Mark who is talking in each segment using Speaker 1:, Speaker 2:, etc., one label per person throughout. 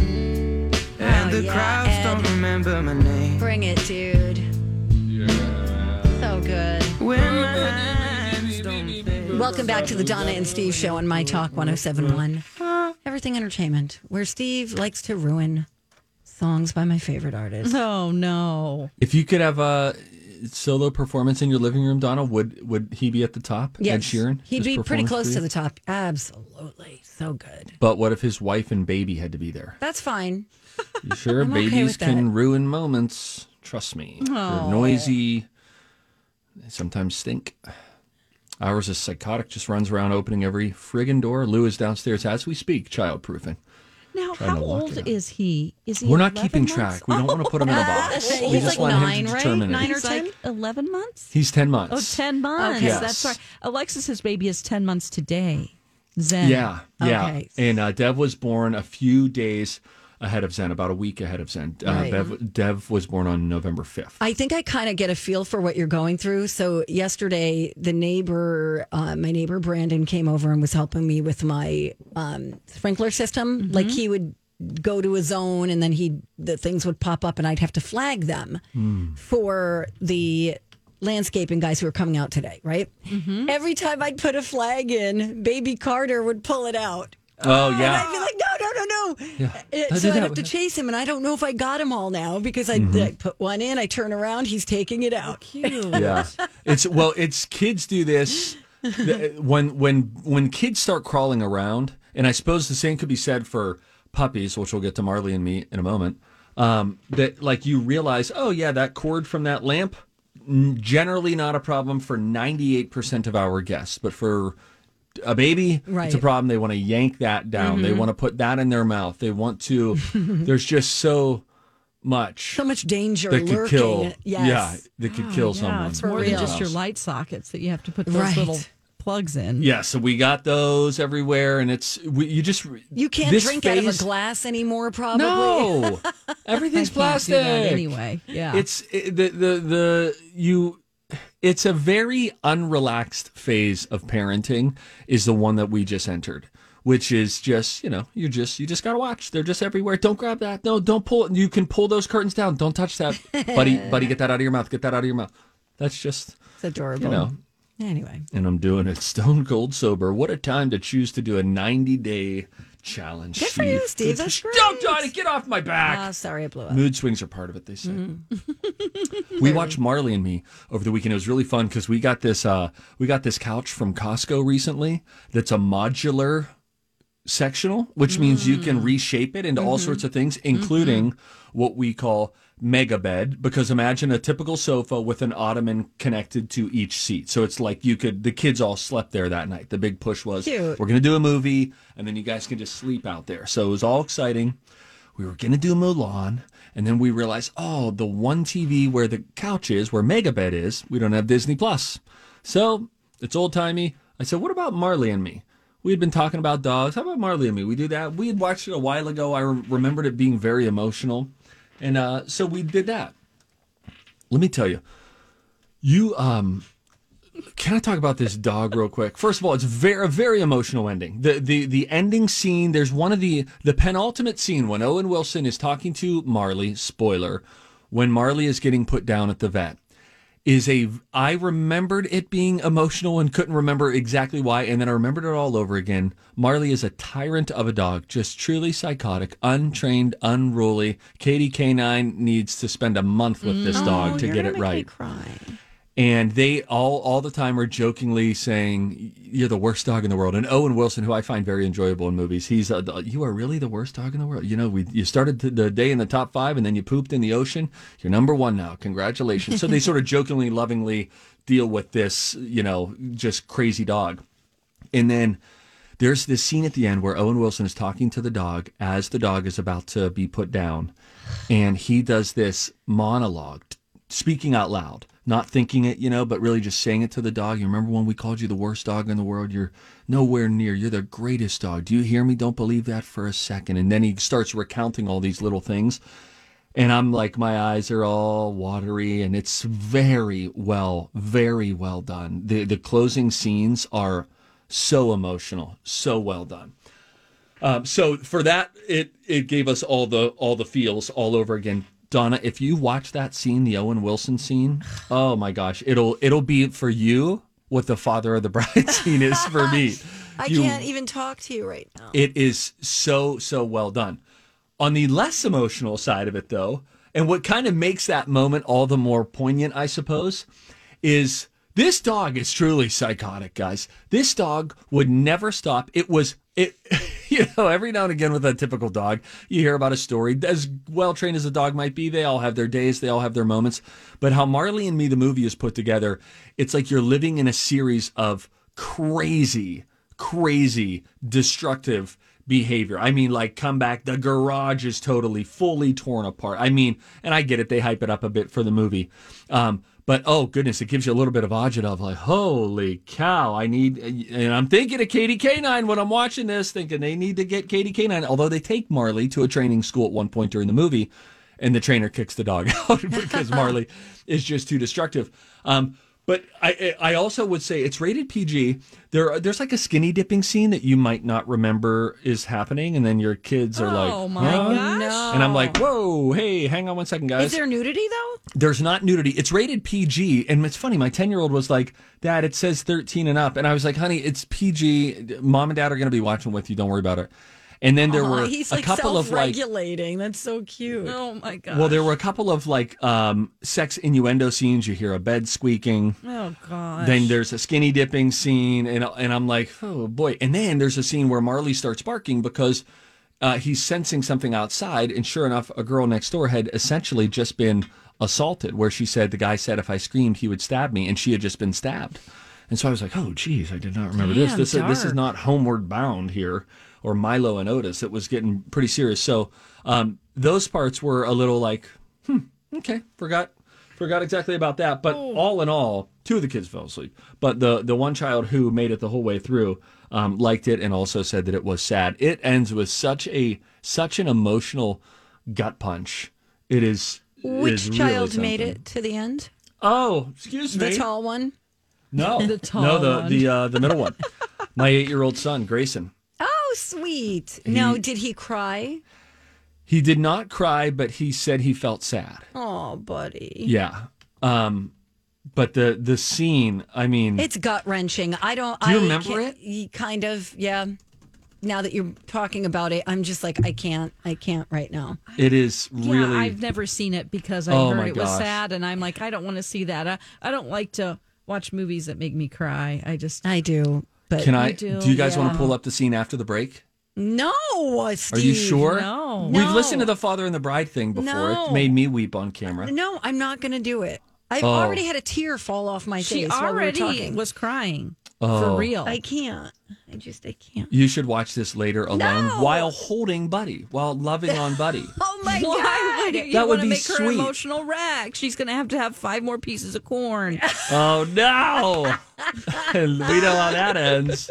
Speaker 1: And the crowds don't remember my name.
Speaker 2: Oh, Bring it, dude. So good.
Speaker 1: When my hands don't play.
Speaker 2: Welcome back to the Donna and Steve show on My Talk 1071. Everything Entertainment, where Steve likes to ruin songs by my favorite artist.
Speaker 3: Oh no.
Speaker 4: If you could have a solo performance in your living room, Donna, would would he be at the top? Ed Sheeran.
Speaker 2: He'd
Speaker 4: His
Speaker 2: be pretty
Speaker 4: performance for
Speaker 2: close
Speaker 4: you?
Speaker 2: to the top. Absolutely. So good.
Speaker 4: But what if his wife and baby had to be there?
Speaker 2: That's fine.
Speaker 4: You sure,
Speaker 2: I'm okay
Speaker 4: babies
Speaker 2: with that. Oh.
Speaker 4: can ruin moments. Trust me. They're noisy. They sometimes stink. Ours is psychotic. Just runs around opening every friggin' door. Lou is downstairs as we speak, childproofing.
Speaker 3: Now,
Speaker 4: Trying
Speaker 3: how
Speaker 4: to lock it
Speaker 3: old
Speaker 4: up.
Speaker 3: is he? Is he?
Speaker 4: We're not
Speaker 3: 11
Speaker 4: keeping
Speaker 3: months? Oh,
Speaker 4: track. We don't want to put him in a box. we
Speaker 2: He's
Speaker 4: just
Speaker 2: like
Speaker 4: want him
Speaker 2: nine,
Speaker 4: to
Speaker 2: right?
Speaker 4: determine
Speaker 2: Nine
Speaker 4: it.
Speaker 2: or
Speaker 3: He's like
Speaker 2: 10?
Speaker 3: 11 months?
Speaker 4: He's ten months.
Speaker 3: Oh, 10 months.
Speaker 4: Yes.
Speaker 3: That's right. Alexis, his baby, is 10 months today. Zen.
Speaker 4: Yeah, yeah.
Speaker 3: Okay.
Speaker 4: And uh, Dev was born a few days ahead of Zen, about a week ahead of Zen. Uh,
Speaker 2: Right.
Speaker 4: Bev, Dev was born on November 5th.
Speaker 2: I think I kind of get a feel for what you're going through. So yesterday, the neighbor, uh, my neighbor Brandon, came over and was helping me with my um, sprinkler system. Like he would go to a zone, and then he the things would pop up, and I'd have to flag them for the landscaping guys who are coming out today. Right? Every time I'd put a flag in, baby Carter would pull it out.
Speaker 4: oh,
Speaker 2: And
Speaker 4: yeah.
Speaker 2: I'd be like, no, no, no, no.
Speaker 4: Yeah.
Speaker 2: Uh,
Speaker 4: I
Speaker 2: So
Speaker 4: did
Speaker 2: I'd have
Speaker 4: that
Speaker 2: to
Speaker 4: with- Mm-hmm.
Speaker 2: chase him, and I don't know if I got him all now because I, I put one in, I turn around, he's taking it out.
Speaker 4: yeah. It's well, it's kids do this th- when when when kids start crawling around, and I suppose the same could be said for puppies, which we'll get to Marley and me in a moment. Um, that like you realize, oh yeah, that cord from that lamp n- generally not a problem for 98% of our guests, but for a baby,
Speaker 2: Right. Mm-hmm.
Speaker 4: it's a problem. They want to yank that down. They want to put that in their mouth. They want to there's just so much
Speaker 2: So much danger
Speaker 4: that
Speaker 2: lurking.
Speaker 4: could kill yeah,
Speaker 2: Yes.
Speaker 4: that could kill someone.
Speaker 3: it's more than
Speaker 2: real.
Speaker 3: just your light sockets that you have to put those
Speaker 2: Right.
Speaker 3: little plugs in.
Speaker 4: Yeah, so we got those everywhere, and it's we, you just
Speaker 2: You can't
Speaker 4: this
Speaker 2: drink out of a
Speaker 4: phase-
Speaker 2: glass anymore, probably.
Speaker 4: No, everything's
Speaker 3: Can't do
Speaker 4: plastic
Speaker 3: that anyway. Yeah.
Speaker 4: It's it, the the the you. It's a very unrelaxed phase of parenting. Is the one that we just entered, which is just you know you just you just gotta watch. They're just everywhere. Don't grab that. No, don't pull. it. You can pull those curtains down. Don't touch that, buddy. buddy, get that out of your mouth. Get that out of your mouth. That's just
Speaker 2: It's adorable.
Speaker 4: you know
Speaker 2: Anyway,
Speaker 4: and I'm doing it stone cold sober. What a time to choose to do a 90 day challenge.
Speaker 2: Good for you, Steve. That's great.
Speaker 4: Don't, Johnny, get off my back.
Speaker 2: Ah, sorry, I blew up.
Speaker 4: Mood swings are part of it, they say. we watched Marley and Me over the weekend. It was really fun because we got this uh, we got this couch from Costco recently that's a modular sectional, which means you can reshape it into all sorts of things, including what we call mega bed. Because imagine a typical sofa with an ottoman connected to each seat. So it's like you could the kids all slept there that night. The big push was
Speaker 2: Cute.
Speaker 4: we're gonna do a movie and then you guys can just sleep out there. So it was all exciting we were going to do Mulan, and then we realized, oh, the one TV where the couch is, where Megabed is, we don't have Disney Plus. So it's old timey. I said, what about Marley and Me? We had been talking about dogs. How about Marley and Me? We do that. We had watched it a while ago. I re- remembered it being very emotional, and uh, so we did that. Let me tell you, you um, can I talk about this dog real quick? First of all, it's very a very emotional ending. The the the ending scene. There's one of the the penultimate scene when Owen Wilson is talking to Marley. Spoiler, when Marley is getting put down at the vet. is a I remembered it being emotional and couldn't remember exactly why, and then I remembered it all over again. Marley is a tyrant of a dog, just truly psychotic, untrained, unruly. Katie K9 needs to spend a month with this dog to
Speaker 5: Oh, you're
Speaker 4: get
Speaker 5: gonna
Speaker 4: it
Speaker 5: make Me
Speaker 4: right.
Speaker 5: cry.
Speaker 4: And they all all the time are jokingly saying, "You're the worst dog in the world." And Owen Wilson, who I find very enjoyable in movies, he's uh, the- you are really the worst dog in the world. You know, we you started the- the day in the top five, and then you pooped in the ocean. You're number one now. Congratulations. so they sort of jokingly, lovingly deal with this, you know, just crazy dog. And then there's this scene at the end where Owen Wilson is talking to the dog as the dog is about to be put down. And he does this monologue, t- speaking out loud, not thinking it, you know, but really just saying it to the dog. You remember when we called you the worst dog in the world? You're nowhere near. You're the greatest dog. Do you hear me? Don't believe that for a second. And then he starts recounting all these little things. And I'm like, my eyes are all watery, and it's very well, very well done. The the closing scenes are so emotional, so well done. Um, so for that, it it gave us all the all the feels all over again. Donna, if you watch that scene, the Owen Wilson scene, oh my gosh, it'll it'll be for you what the father of the bride scene is for me.
Speaker 5: I
Speaker 4: You-
Speaker 5: can't even talk to you right now.
Speaker 4: it is so, so well done. On the less emotional side of it, though, and what kind of makes that moment all the more poignant, I suppose, is this dog is truly psychotic, guys. This dog would never stop. It was, it, you know, every now and again with a typical dog, you hear about a story. As well trained as a dog might be, they all have their days, they all have their moments. But how Marley and Me, the movie, is put together, it's like you're living in a series of crazy crazy destructive behavior. I mean, like, come back. The garage is totally, fully torn apart. I mean, and I get it. They hype it up a bit for the movie. Um, but oh, goodness, it gives you a little bit of agita of like, holy cow, I need, and I'm thinking of Katie Canine when I'm watching this, thinking they need to get Katie Canine. Although they take Marley to a training school at one point during the movie and the trainer kicks the dog out because Marley is just too destructive. Um, but I, I I also would say it's rated PG. There are- there's like a skinny dipping scene that you might not remember is happening, and then your kids are like,
Speaker 3: Oh, my
Speaker 4: "Huh?"
Speaker 3: gosh.
Speaker 4: And I'm like, whoa, hey, hang on one second, guys.
Speaker 5: Is there nudity though?
Speaker 4: There's not nudity. It's rated PG, and it's funny. My ten year old was like, "Dad, it says 13 and up," and I was like, "Honey, it's PG. Mom and Dad are going to be watching with you. Don't worry about it." And then there
Speaker 2: Aw,
Speaker 4: were
Speaker 2: he's
Speaker 4: a
Speaker 2: like
Speaker 4: couple of like
Speaker 2: self-regulating. That's so cute.
Speaker 3: Oh my god.
Speaker 4: well, there were a couple of like um, sex innuendo scenes. You hear a bed squeaking.
Speaker 3: oh god.
Speaker 4: Then there's a skinny dipping scene, and and I'm like, oh boy. And then there's a scene where Marley starts barking because uh, he's sensing something outside, and sure enough, a girl next door had essentially just been assaulted. Where she said the guy said if I screamed he would stab me, and she had just been stabbed. And so I was like, oh geez, I did not remember this.
Speaker 3: Damn,
Speaker 4: This is, this is
Speaker 3: dark.
Speaker 4: not homeward bound here, or Milo and Otis. It was getting pretty serious. So um, those parts were a little like, "Hmm, Okay, forgot forgot exactly about that. But
Speaker 5: Oh.
Speaker 4: all in all, two of the kids fell asleep. But the the one child who made it the whole way through um, liked it and also said that it was sad. It ends with such a such an emotional gut punch. It is. it is
Speaker 5: Which
Speaker 4: really
Speaker 5: child made
Speaker 4: something.
Speaker 5: it to the end?
Speaker 4: Oh, excuse me.
Speaker 2: The tall one.
Speaker 4: no,
Speaker 3: The tall
Speaker 4: no, the
Speaker 3: one.
Speaker 4: the uh, the middle one. My eight year old son, Grayson.
Speaker 5: Oh, sweet.
Speaker 4: He-
Speaker 5: Now, did he cry?
Speaker 4: He did not cry, but he said he felt sad.
Speaker 5: Oh, buddy.
Speaker 4: Yeah. Um, but the the scene. I mean,
Speaker 2: It's gut wrenching. I don't.
Speaker 4: Do you
Speaker 2: I
Speaker 4: remember
Speaker 2: can't- y- Kind of. Yeah. Now that you're talking about it, I'm just like I can't. I can't right now.
Speaker 4: it is
Speaker 3: yeah,
Speaker 4: really.
Speaker 3: I've never seen it because I
Speaker 4: Oh, my
Speaker 3: heard it was
Speaker 4: gosh.
Speaker 3: sad, and I'm like, I don't want to see that. I, I don't like to watch movies that make me cry. I just
Speaker 2: I do. But
Speaker 4: Can I? Do,
Speaker 3: do,
Speaker 4: you guys want to
Speaker 3: yeah.
Speaker 4: pull up the scene after the break?
Speaker 2: no,
Speaker 4: Are
Speaker 2: Steve.
Speaker 4: you sure?
Speaker 3: no.
Speaker 4: We've listened to the Father and the Bride thing before. It
Speaker 2: No.
Speaker 4: made me weep on camera.
Speaker 2: No, I'm not going to do it. I've
Speaker 4: Oh.
Speaker 2: already had a tear fall off my
Speaker 3: she
Speaker 2: face while we were
Speaker 3: already
Speaker 2: talking.
Speaker 3: was crying
Speaker 4: Oh.
Speaker 3: for real.
Speaker 2: I can't. I just. I can't.
Speaker 4: You should watch this later alone while holding Buddy, while loving on Buddy.
Speaker 2: Oh my
Speaker 3: Why would
Speaker 2: god!
Speaker 3: you
Speaker 4: That would
Speaker 3: want
Speaker 4: be
Speaker 3: to make her an
Speaker 4: sweet.
Speaker 3: emotional wreck? She's going to have to have five more pieces of corn.
Speaker 4: oh no! And we know how that ends.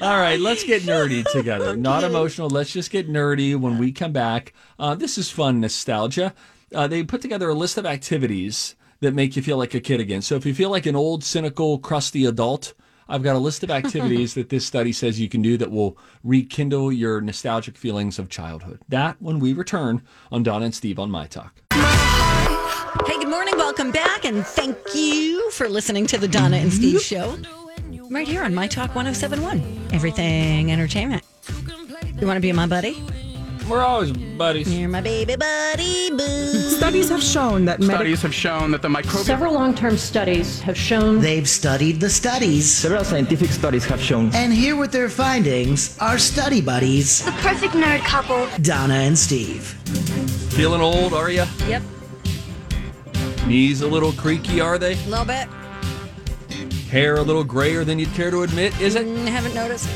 Speaker 4: All right, let's get nerdy together. Not emotional. Let's just get nerdy when we come back. Uh, this is fun nostalgia. Uh, they put together a list of activities that make you feel like a kid again. So if you feel like an old, cynical, crusty adult, I've got a list of activities that this study says you can do that will rekindle your nostalgic feelings of childhood. That when we return on Donna and Steve on My Talk.
Speaker 2: Hey, good morning. Welcome back. And thank you for listening to the Donna and Steve show right here on My Talk 1071. Everything entertainment. You want to be my buddy?
Speaker 6: We're always buddies.
Speaker 2: You're my baby buddy, boo.
Speaker 7: Studies have shown that medical
Speaker 8: Studies have shown that the microbial
Speaker 9: Several long term studies have shown
Speaker 10: They've studied the studies.
Speaker 11: Several scientific studies have shown
Speaker 10: And here with their findings are study buddies,
Speaker 9: the perfect nerd couple.
Speaker 10: Donna and Steve.
Speaker 4: Feeling old, are you?
Speaker 2: Yep,
Speaker 4: Knees a little creaky, are they?
Speaker 2: a little bit.
Speaker 4: Hair a little grayer than you'd care to admit, is it?
Speaker 2: Mm, Haven't noticed.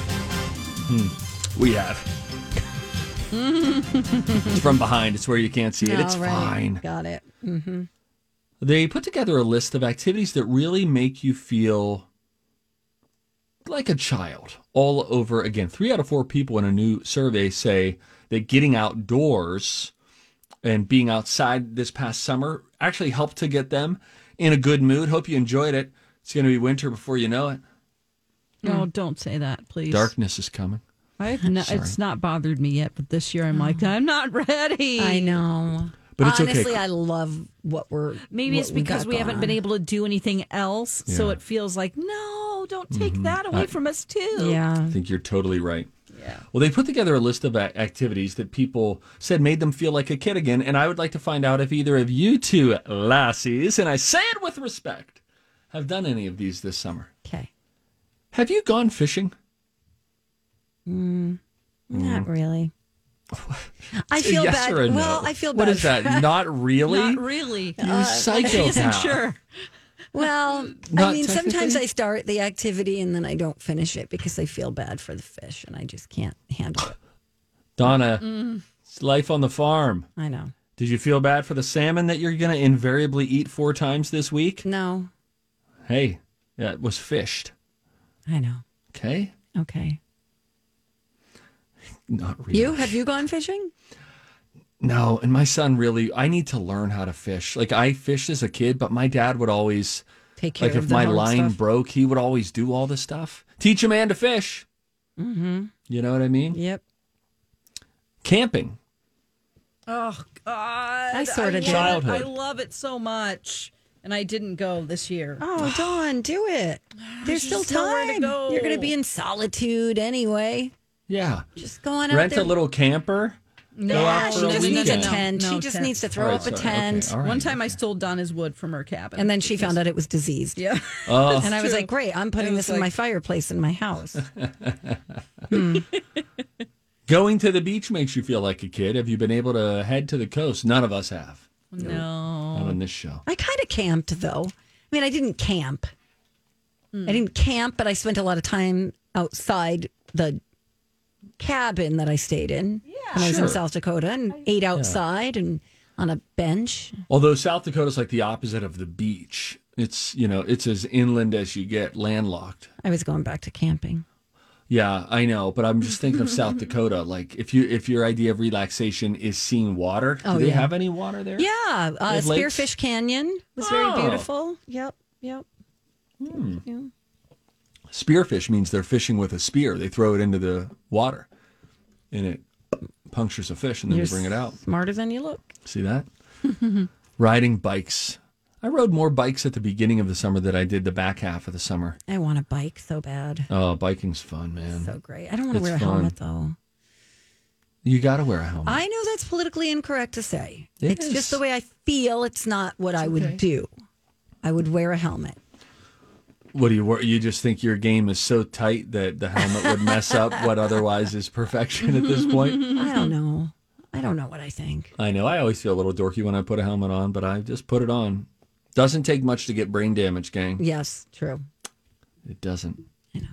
Speaker 4: We have. it's from behind. It's where you can't see it. It's
Speaker 2: All right.
Speaker 4: fine.
Speaker 2: Got it.
Speaker 4: They put together a list of activities that really make you feel like a child all over again. Three out of four people in a new survey say that getting outdoors and being outside this past summer actually helped to get them in a good mood. Hope you enjoyed it. It's going to be winter before you know it.
Speaker 3: No, don't say that, please.
Speaker 4: Darkness is coming.
Speaker 3: I've no, it's not bothered me yet, but this year I'm like, I'm not ready.
Speaker 2: Oh. I know.
Speaker 4: But it's okay.
Speaker 2: Honestly, I love what we're.
Speaker 3: Maybe
Speaker 2: what
Speaker 3: it's because
Speaker 2: got
Speaker 3: we, haven't
Speaker 2: going
Speaker 3: been
Speaker 2: on.
Speaker 3: able to do anything else, so it feels like, no, don't take
Speaker 4: Mm-hmm.
Speaker 3: that away from us too.
Speaker 2: Yeah.
Speaker 4: I think you're totally right. Yeah. Well, they put together a list of a- activities that people said made them feel like a kid again, and I would like to find out if either of you two lassies, and I say it with respect, have done any of these this summer.
Speaker 2: Okay.
Speaker 4: Have you gone fishing?
Speaker 2: Not really. I feel
Speaker 4: yes
Speaker 2: bad.
Speaker 4: or Mm. a no?
Speaker 2: Well, I feel bad. uh,
Speaker 4: What is that? Not really.
Speaker 3: Not really.
Speaker 4: you
Speaker 3: She isn't
Speaker 4: psychopath.
Speaker 3: sure.
Speaker 2: Well, I
Speaker 4: Not
Speaker 2: mean, sometimes
Speaker 4: technically?
Speaker 2: I start the activity and then I don't finish it because I feel bad for the fish and I just can't handle it.
Speaker 4: Donna,
Speaker 2: Mm.
Speaker 4: it's life on the farm.
Speaker 2: I know.
Speaker 4: Did you feel bad for the salmon that you're going to invariably eat four times this week?
Speaker 2: No,
Speaker 4: Hey, that was fished.
Speaker 2: I know.
Speaker 4: Okay.
Speaker 2: Okay.
Speaker 4: Not really.
Speaker 2: You have you gone fishing?
Speaker 4: No, and my son really, I need to learn how to fish. Like I fished as a kid, but my dad would always,
Speaker 2: Take care
Speaker 4: like,
Speaker 2: of
Speaker 4: if
Speaker 2: the
Speaker 4: my
Speaker 2: hard
Speaker 4: line
Speaker 2: stuff.
Speaker 4: broke, he would always do all this stuff. Teach a man to fish. Mm-hmm. You know what I mean?
Speaker 2: Yep.
Speaker 4: Camping.
Speaker 3: Oh God!
Speaker 2: I sorta
Speaker 3: love
Speaker 2: did.
Speaker 3: it.
Speaker 4: Childhood.
Speaker 3: I love it so much, and I didn't go this year.
Speaker 2: Oh, Dawn, do it. There's still
Speaker 3: just nowhere to
Speaker 2: time.
Speaker 3: go.
Speaker 2: You're going to be in solitude anyway.
Speaker 4: Yeah.
Speaker 2: Just go on out
Speaker 4: Rent
Speaker 2: there.
Speaker 4: a little camper. No,
Speaker 2: yeah, she
Speaker 3: for a
Speaker 2: just needs a
Speaker 3: weekend.
Speaker 2: tent.
Speaker 3: No,
Speaker 2: she just
Speaker 3: tent.
Speaker 2: needs to throw
Speaker 4: All right,
Speaker 2: up a
Speaker 4: sorry. Okay,
Speaker 2: tent.
Speaker 4: all right.
Speaker 3: One time I stole Donna's wood from her cabin,
Speaker 2: And then she found out it was diseased.
Speaker 3: yeah,
Speaker 4: Oh,
Speaker 2: And I was
Speaker 3: true.
Speaker 2: like, great, I'm
Speaker 3: It
Speaker 2: putting
Speaker 3: was
Speaker 2: this in my
Speaker 3: like-
Speaker 2: fireplace in my house.
Speaker 4: going to the beach makes you feel like a kid. Have you been able to head to the coast? None of us have.
Speaker 3: no.
Speaker 4: Not on this show.
Speaker 2: I kind of camped though. I mean, I didn't camp. I didn't camp, but I spent a lot of time outside the cabin that I stayed in yeah, when I was
Speaker 4: Sure.
Speaker 2: in South Dakota and ate outside and on a bench.
Speaker 4: Although South Dakota's like the opposite of the beach. It's, you know, it's as inland as you get, landlocked.
Speaker 2: I was going back to camping.
Speaker 4: Yeah, I know, but I'm just thinking of South Dakota. Like, if you if your idea of relaxation is seeing water, do
Speaker 2: Oh,
Speaker 4: they
Speaker 2: yeah.
Speaker 4: have any water there?
Speaker 2: Yeah, uh,
Speaker 4: They have lakes?
Speaker 2: Spearfish Canyon was
Speaker 4: Oh.
Speaker 2: very beautiful. Yep, yep.
Speaker 4: Spearfish means they're fishing with a spear. They throw it into the water, and it punctures a fish, and then
Speaker 2: You're
Speaker 4: they bring it out.
Speaker 2: Smarter than you look.
Speaker 4: See that? Riding bikes. I rode more bikes at the beginning of the summer than I did the back half of the summer.
Speaker 2: I want a bike so bad.
Speaker 4: Oh, biking's fun, man.
Speaker 2: So great. I don't want to
Speaker 4: It's
Speaker 2: wear a
Speaker 4: fun.
Speaker 2: helmet though.
Speaker 4: you got to wear a helmet.
Speaker 2: I know that's politically incorrect to say.
Speaker 4: It
Speaker 2: it's
Speaker 4: is.
Speaker 2: just the way I feel. It's not what I would do. I would wear a helmet.
Speaker 4: What do you wor- you just think your game is so tight that the helmet would mess up what otherwise is perfection at this point?
Speaker 2: I don't know. I don't know what I think.
Speaker 4: I know I always feel a little dorky when I put a helmet on, but I just put it on. Doesn't take much to get brain damage, gang.
Speaker 2: Yes, true.
Speaker 4: It doesn't.
Speaker 2: I know.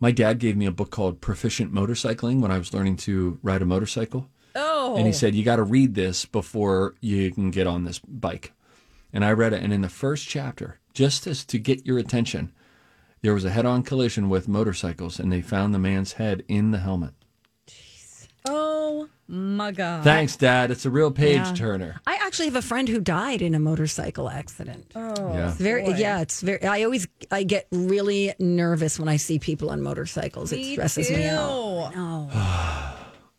Speaker 4: My dad gave me a book called Proficient Motorcycling when I was learning to ride a motorcycle.
Speaker 3: Oh,
Speaker 4: And he said, You got to read this before you can get on this bike. And I read it. And in the first chapter, just as to get your attention, there was a head on collision with motorcycles, and they found the man's head in the helmet.
Speaker 3: oh my God!
Speaker 4: Thanks, Dad. It's a real page turner.
Speaker 2: I actually have a friend who died in a motorcycle accident.
Speaker 3: Oh,
Speaker 4: yeah.
Speaker 2: It's very yeah, it's very I always I get really nervous when I see people on motorcycles. it stresses me out.
Speaker 3: Ew.
Speaker 2: Oh.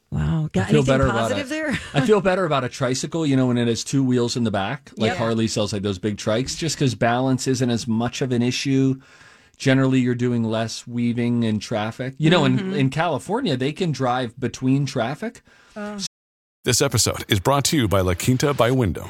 Speaker 2: wow.
Speaker 4: I feel
Speaker 2: anything
Speaker 4: better
Speaker 2: positive
Speaker 4: about a,
Speaker 2: there?
Speaker 4: I feel better about a tricycle, you know, when it has two wheels in the back, like Harley sells like those big trikes, just because balance isn't as much of an issue. Generally, you're doing less weaving in traffic. You know, in, in California, they can drive between traffic.
Speaker 7: This episode is brought to you by La Quinta by Wyndham.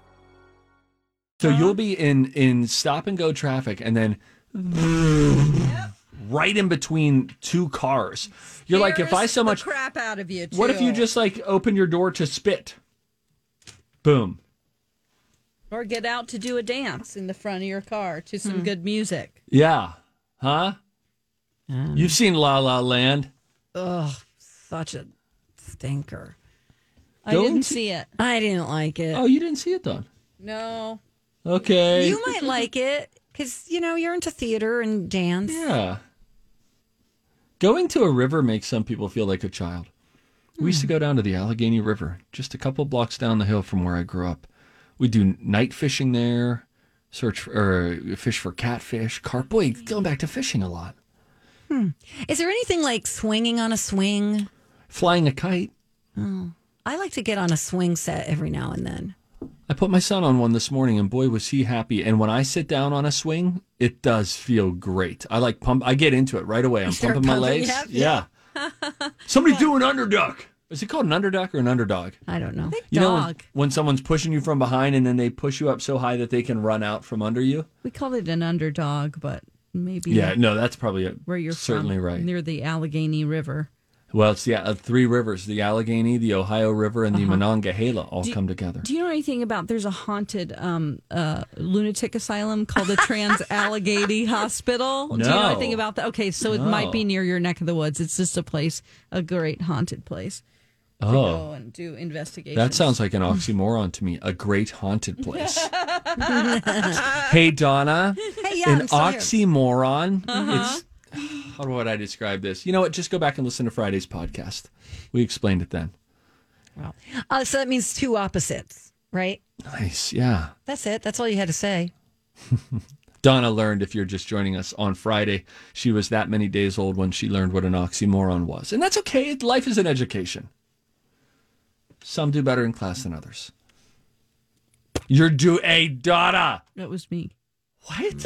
Speaker 4: So you'll be in in stop and go traffic, and then right in between two cars. You're like, if I so much,
Speaker 3: crap out of you. Too.
Speaker 4: what if you just like open your door to spit? Boom.
Speaker 3: or get out to do a dance in the front of your car to
Speaker 2: Hmm.
Speaker 3: some good music?
Speaker 4: Yeah. Huh? You've seen La La Land.
Speaker 2: Ugh, such a stinker.
Speaker 3: I
Speaker 4: Don't-
Speaker 3: didn't see it.
Speaker 2: I didn't like it.
Speaker 4: Oh, you didn't see it, Don.
Speaker 3: No.
Speaker 4: Okay.
Speaker 2: You might like it because you know you're into theater and dance.
Speaker 4: Yeah. Going to a river makes some people feel like a child. We used to go down to the Allegheny River, just a couple blocks down the hill from where I grew up. We do night fishing there, search for, or fish for catfish, carp. Boy, going back to fishing a lot.
Speaker 2: Is there anything like swinging on a swing?
Speaker 4: Flying a kite.
Speaker 2: I like to get on a swing set every now and then.
Speaker 4: I put my son on one this morning, and boy, was he happy! And when I sit down on a swing, it does feel great. I like pump. I get into it right away. I'm
Speaker 2: start
Speaker 4: pumping my
Speaker 2: pumping,
Speaker 4: legs.
Speaker 2: yep,
Speaker 4: yeah. Somebody do an underduck. Is it called an underduck or an underdog?
Speaker 2: I don't know.
Speaker 4: You know, when,
Speaker 3: Dog.
Speaker 4: when someone's pushing you from behind and then they push you up so high that they can run out from under you.
Speaker 3: We called it an underdog, but maybe
Speaker 4: Yeah, no, that's probably it.
Speaker 3: where you're
Speaker 4: certainly
Speaker 3: from,
Speaker 4: right.
Speaker 3: near the Allegheny River.
Speaker 4: well, it's the uh, three rivers: the Allegheny, the Ohio River, and the Monongahela all come together.
Speaker 3: Uh-huh. Do you know anything about? There's a haunted um, uh, lunatic asylum called the Trans Allegheny Hospital. Do you know
Speaker 4: No.
Speaker 3: anything about that? Okay, so it might be
Speaker 4: No.
Speaker 3: near your neck of the woods. It's just a place, a great haunted place. To go
Speaker 4: oh,
Speaker 3: and do investigations.
Speaker 4: that sounds like
Speaker 2: Mm.
Speaker 4: an oxymoron to me. A great haunted place. hey, Donna.
Speaker 2: Hey, yeah,
Speaker 4: an
Speaker 2: I'm still here. Uh-huh.
Speaker 4: oxymoron. It's how would I describe this? You know what? Just go back and listen to Friday's podcast. We explained it then.
Speaker 2: Uh, so that means two opposites, right?
Speaker 4: Nice, yeah.
Speaker 2: That's it. That's all you had to say.
Speaker 4: Donna learned, if you're just joining us on Friday, she was that many days old when she learned what an oxymoron was. And that's okay. Life is an education. Some do better in class than others. You're do a Donna.
Speaker 3: that was me.
Speaker 4: What?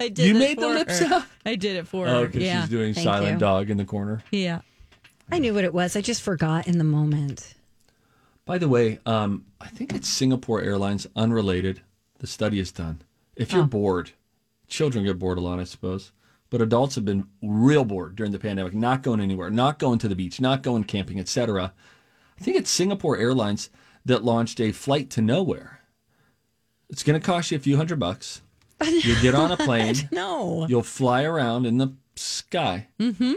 Speaker 3: I did.
Speaker 4: You
Speaker 3: it
Speaker 4: made the
Speaker 3: for
Speaker 4: lips
Speaker 3: her.
Speaker 4: up?
Speaker 3: I did it for
Speaker 4: Oh,
Speaker 3: her.
Speaker 4: because
Speaker 3: Yeah.
Speaker 4: she's doing
Speaker 2: thank
Speaker 4: silent
Speaker 2: you.
Speaker 4: dog in the corner.
Speaker 3: yeah.
Speaker 2: I knew what it was. I just forgot in the moment.
Speaker 4: By the way, um, I think it's Singapore Airlines, unrelated. The study is done. If you're bored, children get bored a lot, I suppose. But adults have been real bored during the pandemic, not going anywhere, not going to the beach, not going camping, etc. I think it's Singapore Airlines that launched a flight to nowhere. It's going to cost you a few hundred bucks. You get on a plane,
Speaker 2: No.
Speaker 4: you'll fly around in the sky. Mm-hmm.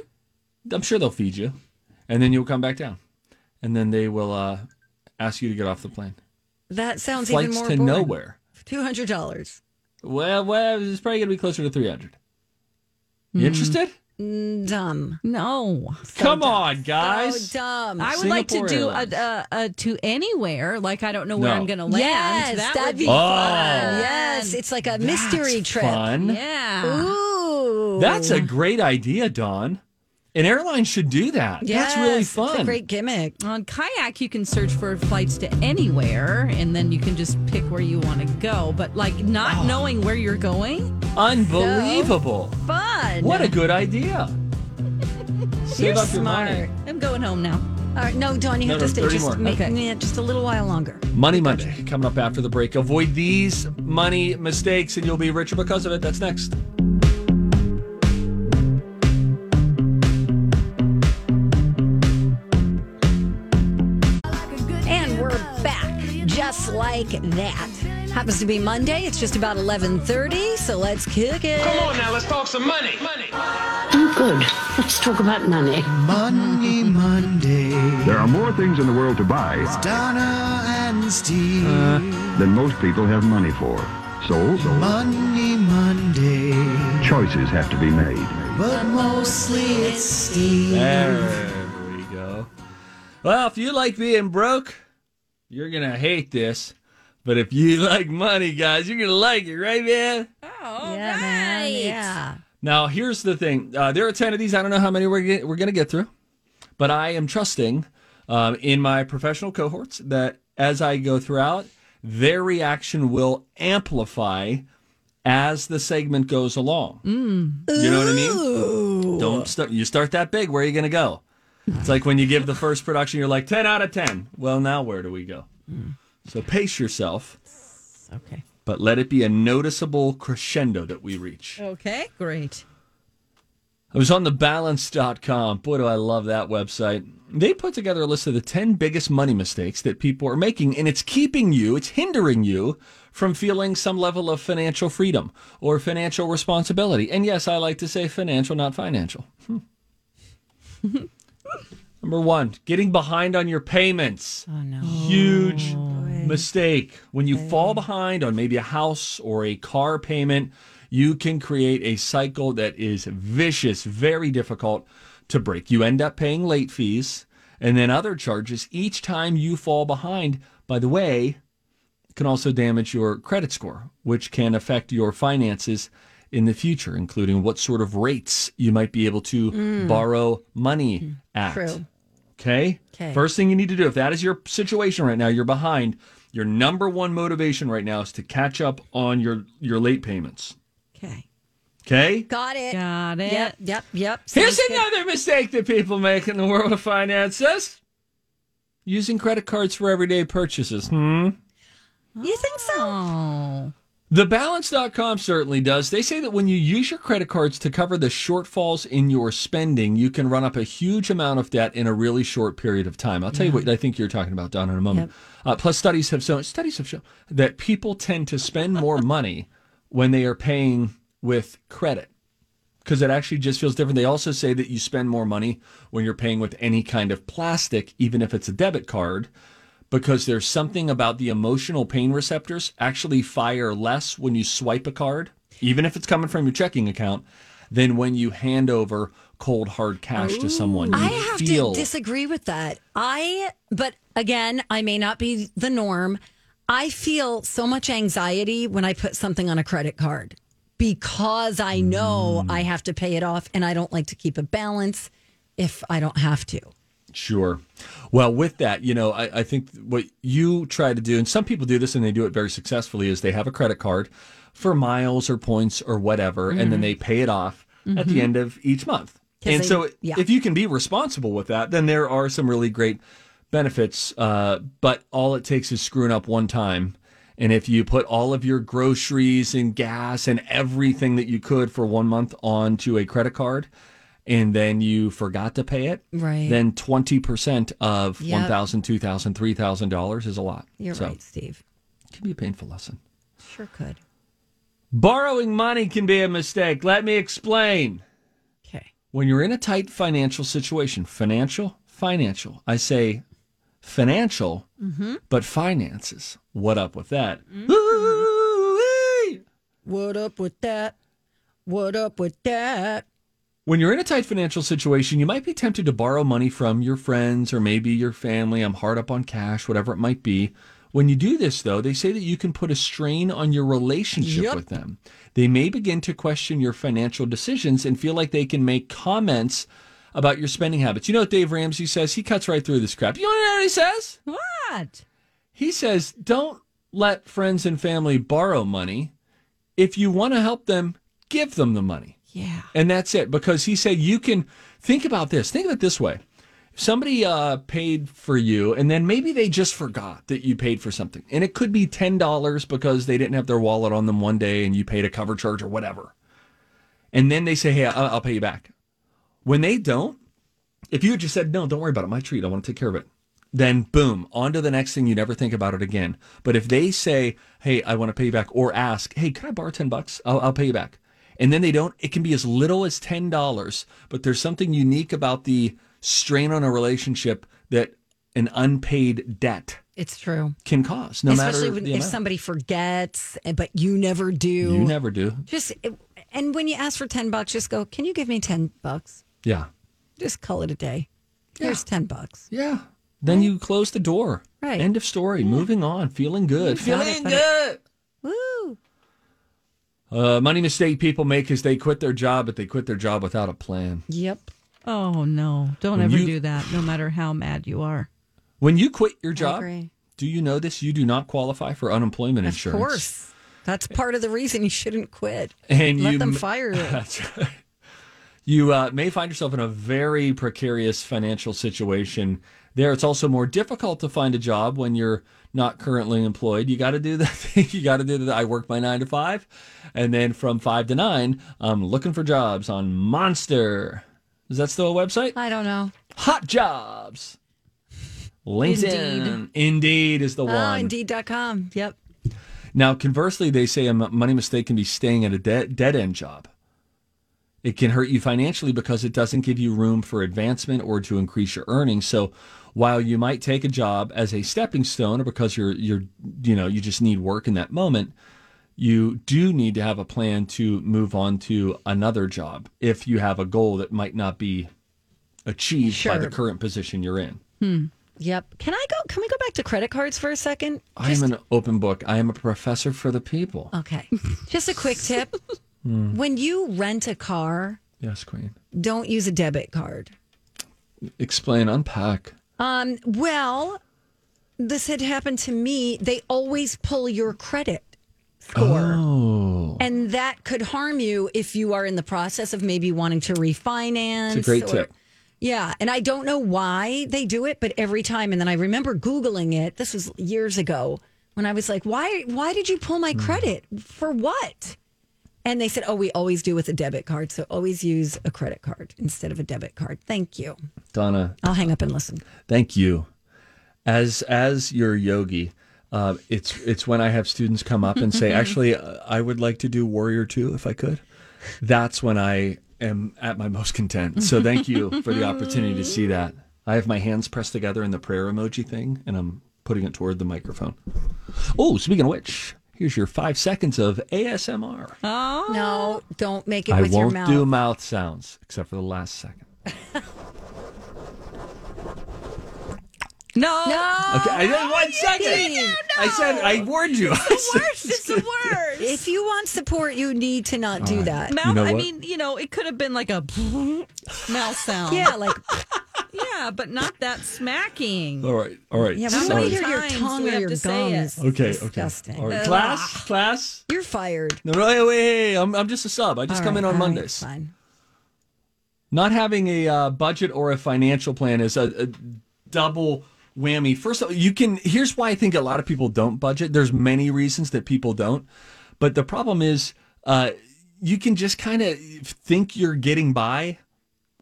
Speaker 4: I'm sure they'll feed you, and then you'll come back down, and then they will uh, ask you to get off the plane.
Speaker 2: That sounds even
Speaker 4: Flights
Speaker 2: more
Speaker 4: to
Speaker 2: boring.
Speaker 4: nowhere.
Speaker 2: $200.
Speaker 4: Well, well, it's probably gonna be closer to three hundred.
Speaker 2: Hmm.
Speaker 4: You Interested?
Speaker 2: Dumb.
Speaker 3: No.
Speaker 4: Come on, guys.
Speaker 2: So dumb.
Speaker 3: I would like to
Speaker 4: Singapore
Speaker 3: do a,
Speaker 4: Airlines.
Speaker 3: a, a to anywhere. Like I don't know where
Speaker 4: No.
Speaker 3: I'm going to land.
Speaker 2: yes,
Speaker 3: that
Speaker 2: that'd
Speaker 3: would
Speaker 2: be
Speaker 3: be
Speaker 2: fun. Yes, it's like a mystery
Speaker 4: That's
Speaker 2: trip.
Speaker 4: Fun.
Speaker 3: yeah.
Speaker 2: Ooh.
Speaker 4: That's a great idea, Don. An airline should do that. That's really
Speaker 2: Yes, It's a
Speaker 4: fun.
Speaker 2: great gimmick.
Speaker 3: On kayak, you can search for flights to anywhere, and then you can just pick where you want to go. But like not knowing where you're going,
Speaker 4: Unbelievable.
Speaker 3: fun.
Speaker 4: What a good idea. Save up your money.
Speaker 2: smart.
Speaker 3: I'm going home now.
Speaker 2: All right, no, Dawn, you
Speaker 4: No,
Speaker 2: have
Speaker 4: no,
Speaker 2: to stay
Speaker 4: 30
Speaker 2: just,
Speaker 4: more.
Speaker 2: ma-
Speaker 3: Okay.
Speaker 2: yeah, just a little while longer.
Speaker 4: Money Monday coming up after the break. Avoid these money mistakes and you'll be richer because of it. That's next.
Speaker 2: Just like that. Happens to be Monday. It's just about 11:30, so let's kick it.
Speaker 1: Come on now, let's talk some money. Money.
Speaker 10: Oh, good. Let's talk about money. Money, Monday.
Speaker 11: There are more things in the world to buy
Speaker 10: Donna and Steve.
Speaker 11: than most people have money for. So,
Speaker 10: money, Monday.
Speaker 11: choices have to be made.
Speaker 10: But mostly it's Steve.
Speaker 4: There we go. Well, if you like being broke, you're going to hate this. But if you like money, guys, you're going to like it, right, man?
Speaker 2: yeah, man, yeah.
Speaker 4: Now, here's the thing. Uh, there are 10 of these. I don't know how many we're, get, we're going to get through, but I am trusting um, in my professional cohorts that as I go throughout, their reaction will amplify as the segment goes along. You know what I mean? Don't start. You start that big. Where are you going to go? It's like when you give the first production, you're like 10 out of 10. Well, now where do we go? So pace yourself.
Speaker 3: Okay.
Speaker 4: But let it be a noticeable crescendo that we reach.
Speaker 3: Okay, great.
Speaker 4: I was on thebalance.com. Boy, do I love that website. They put together a list of the 10 biggest money mistakes that people are making, and it's keeping you, it's hindering you from feeling some level of financial freedom or financial responsibility. And yes, I like to say financial, not financial. Hmm. Number one, getting behind on your payments. Oh, no. Huge mistake. When you fall behind on maybe a house or a car payment, you can create a cycle that is vicious, very difficult to break. You end up paying late fees and then other charges each time you fall behind. By the way, it can also damage your credit score, which can affect your finances in the future, including what sort of rates you might be able to
Speaker 12: Mm.
Speaker 4: borrow money at.
Speaker 12: True.
Speaker 4: Okay?
Speaker 12: 'Kay.
Speaker 4: First thing you need to do, if that is your situation right now, you're behind. Your number one motivation right now is to catch up on your your late payments.
Speaker 2: Okay.
Speaker 4: Okay?
Speaker 2: Got it.
Speaker 3: Got it.
Speaker 2: Yep, yep, yep.
Speaker 4: Here's
Speaker 2: Sounds good.
Speaker 4: another mistake that people make in the world of finances using credit cards for everyday purchases. Hmm.
Speaker 2: You think so?
Speaker 4: TheBalance.com certainly does. They say that when you use your credit cards to cover the shortfalls in your spending, you can run up a huge amount of debt in a really short period of time. I'll tell you what I think you're talking about, Don, in a moment. Uh, plus, studies have shown studies have shown that people tend to spend more money when they are paying with credit because it actually just feels different. They also say that you spend more money when you're paying with any kind of plastic, even if it's a debit card, because there's something about the emotional pain receptors actually fire less when you swipe a card, even if it's coming from your checking account, than when you hand over cold hard cash to someone. You
Speaker 2: I have
Speaker 4: feel
Speaker 2: to disagree with that. I, but again, I may not be the norm. I feel so much anxiety when I put something on a credit card because I know I have to pay it off and I don't like to keep a balance if I don't have to.
Speaker 4: Sure. Well, with that, you know, I, I think what you try to do, and some people do this and they do it very successfully, is they have a credit card for miles or points or whatever, and then
Speaker 12: Mhm.
Speaker 4: they pay it off at the
Speaker 12: Mhm.
Speaker 4: end of each month.
Speaker 12: 'Cause
Speaker 4: And
Speaker 12: they-
Speaker 4: so,
Speaker 12: yeah.
Speaker 4: if you can be responsible with that, then there are some really great benefits. Uh, but all it takes is screwing up one time. And if you put all of your groceries and gas and everything that you could for one month onto a credit card, and then you forgot to pay it,
Speaker 2: Right.
Speaker 4: then 20% of
Speaker 2: Yep.
Speaker 4: $1,000, $2,000, $3,000 is a lot.
Speaker 2: You're
Speaker 4: So,
Speaker 2: right, Steve.
Speaker 4: It can be a painful lesson.
Speaker 2: Sure could.
Speaker 4: Borrowing money can be a mistake. Let me explain.
Speaker 2: Okay.
Speaker 4: When you're in a tight financial situation, financial, financial, I say financial,
Speaker 12: Mm-hmm.
Speaker 4: but finances. What up with that?
Speaker 2: Mm-hmm. What up with that? What up with that?
Speaker 4: When you're in a tight financial situation, you might be tempted to borrow money from your friends or maybe your family. I'm hard up on cash, whatever it might be. When you do this, though, they say that you can put a strain on your relationship
Speaker 12: Yep.
Speaker 4: with them. They may begin to question your financial decisions and feel like they can make comments about your spending habits. You know what Dave Ramsey says? He cuts right through this crap. You want to know what he says?
Speaker 3: What?
Speaker 4: He says, don't let friends and family borrow money. If you want to help them, give them the money.
Speaker 3: Yeah.
Speaker 4: And that's it. Because he said you can think about this. Think of it this way. If Somebody uh, paid for you, and then maybe they just forgot that you paid for something. And it could be $10 because they didn't have their wallet on them one day and you paid a cover charge or whatever. And then they say, hey, I'll, I'll pay you back. When they don't, if you had just said, no, don't worry about it, my treat, I want to take care of it, then boom, on to the next thing. You never think about it again. But if they say, hey, I want to pay you back, or ask, hey, can I borrow 10 bucks? I'll, I'll pay you back. And then they don't, it can be as little as $10, but there's something unique about the strain on a relationship that an unpaid debt
Speaker 2: It's true.
Speaker 4: can cause, no
Speaker 2: Especially
Speaker 4: matter
Speaker 2: when,
Speaker 4: the
Speaker 2: if
Speaker 4: amount.
Speaker 2: somebody forgets, eh, but you never do.
Speaker 4: you never do.
Speaker 2: Just eh, and when you ask for ten bucks, just go. Can you give me ten bucks?
Speaker 4: Yeah.
Speaker 2: Just call it a day. Here's ten bucks.
Speaker 4: Yeah. Then you close the door.
Speaker 2: Right.
Speaker 4: End of story. Moving on. Feeling good. Feeling good.
Speaker 2: Woo.
Speaker 4: Uh, money mistake people make is they quit their job, but they quit their job without a plan.
Speaker 2: Yep.
Speaker 3: Oh no! Don't
Speaker 4: When
Speaker 3: ever
Speaker 4: you-
Speaker 3: do that. No matter how mad you are.
Speaker 4: When you quit your job,
Speaker 2: agree.
Speaker 4: do you know this? You do not qualify for unemployment
Speaker 2: Of
Speaker 4: insurance.
Speaker 2: course. That's part of the reason you shouldn't quit.
Speaker 4: And
Speaker 2: Let
Speaker 4: you
Speaker 2: them
Speaker 4: m-
Speaker 2: fire you.
Speaker 4: That's right. You uh, may find yourself in a very precarious financial situation. There, it's also more difficult to find a job when you're not currently employed. You got to do the thing. You got to do the. I work my nine to five, and then from five to nine, I'm looking for jobs on Monster. Is that still a website?
Speaker 2: I don't know.
Speaker 4: Hot jobs. LinkedIn. Indeed, is the one.
Speaker 2: Oh, indeed.com. Yep.
Speaker 4: Now, conversely, they say a m- money mistake can be staying at a de- dead end job. It can hurt you financially because it doesn't give you room for advancement or to increase your earnings. So, while you might take a job as a stepping stone or because you're you're you know you just need work in that moment, you do need to have a plan to move on to another job if you have a goal that might not be achieved by the
Speaker 2: Sure.
Speaker 4: current position you're in.
Speaker 2: Hmm. Yep. Can I go? Can we go back to credit cards for a second?
Speaker 4: I am an open book. I am a professor for the people.
Speaker 2: Okay. Just a quick tip.
Speaker 4: Hmm.
Speaker 2: when you rent a car,
Speaker 4: Yes, Queen.
Speaker 2: don't use a debit card.
Speaker 4: Explain, unpack.
Speaker 2: Um, well, this had happened to me. They always pull your credit.
Speaker 4: Oh.
Speaker 2: And that could harm you if you are in the process of maybe wanting to refinance.
Speaker 4: It's a great
Speaker 2: or-
Speaker 4: tip.
Speaker 2: Yeah. And I don't know why they do it, but every time. And then I remember Googling it. This was years ago when I was like, why, why did you pull
Speaker 4: Hmm.
Speaker 2: my credit? For what? And they said, oh, we always do with a debit card. So always use a credit card instead of a debit card. Thank you.
Speaker 4: Donna,
Speaker 2: I'll hang up and listen.
Speaker 4: thank you. As as your yogi, uh, it's it's when I have students come up and say, "Actually, uh, I would like to do Warrior Two if I could." That's when I am at my most content. So thank you for the opportunity to see that. I have my hands pressed together in the prayer emoji thing, and I'm putting it toward the microphone. Oh, speaking of which, here's your five seconds of ASMR.
Speaker 2: Oh. No, don't make it
Speaker 4: I
Speaker 2: with your
Speaker 4: won't
Speaker 2: mouth.
Speaker 4: do mouth sounds except for the last second.
Speaker 3: No.
Speaker 2: No.
Speaker 4: Okay, I did
Speaker 2: Oh,
Speaker 4: one second. I said I warned you.
Speaker 3: It's the worst.
Speaker 2: If you want support, you need to not
Speaker 4: All
Speaker 2: do
Speaker 4: right.
Speaker 2: that.
Speaker 3: Mouth.
Speaker 4: You know
Speaker 3: I
Speaker 4: what?
Speaker 3: mean, you know, it could have been like a mouth sound.
Speaker 2: Yeah, like
Speaker 3: yeah, but not that smacking.
Speaker 4: All right, all right.
Speaker 2: yeah, we
Speaker 4: sorry.
Speaker 2: don't want to hear your
Speaker 3: Times
Speaker 2: tongue
Speaker 3: we
Speaker 2: or
Speaker 3: have
Speaker 2: your
Speaker 3: to say
Speaker 2: gums.
Speaker 3: it.
Speaker 4: Okay,
Speaker 2: Disgusting.
Speaker 4: okay. All right,
Speaker 2: Ugh.
Speaker 4: class, class.
Speaker 2: You're fired.
Speaker 4: No, no, hey, wait, hey, I'm, I'm just a sub. I just
Speaker 2: All
Speaker 4: come in
Speaker 2: right,
Speaker 4: on
Speaker 2: all right,
Speaker 4: Mondays.
Speaker 2: fine.
Speaker 4: Not having a uh, budget or a financial plan is a, a double whammy. First of all, you can. Here's why I think a lot of people don't budget. There's many reasons that people don't, but the problem is uh, you can just kind of think you're getting by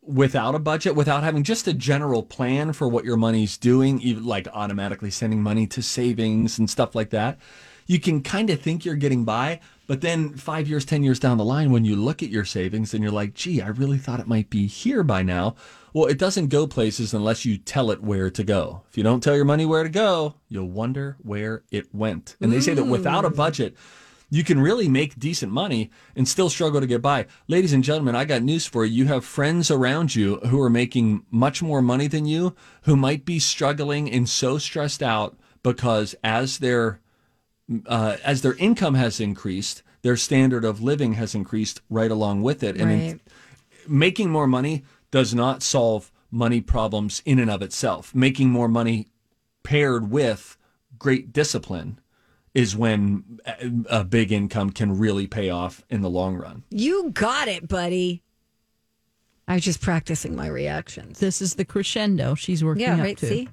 Speaker 4: without a budget, without having just a general plan for what your money's doing, even like automatically sending money to savings and stuff like that. You can kind of think you're getting by, but then five years, 10 years down the line, when you look at your savings and you're like, gee, I really thought it might be here by now. Well, it doesn't go places unless you tell it where to go. If you don't tell your money where to go, you'll wonder where it went. And they say that without a budget, you can really make decent money and still struggle to get by. Ladies and gentlemen, I got news for you. You have friends around you who are making much more money than you, who might be struggling and so stressed out because as their uh, as their income has increased, their standard of living has increased right along with it. And in-
Speaker 2: Right.
Speaker 4: making more money does not solve money problems in and of itself. Making more money paired with great discipline is when a- a big income can really pay off in the long run.
Speaker 2: You got it, buddy. I was just practicing my reactions.
Speaker 3: This is the crescendo she's working
Speaker 2: Yeah,
Speaker 3: up
Speaker 2: right.
Speaker 3: to.
Speaker 2: See?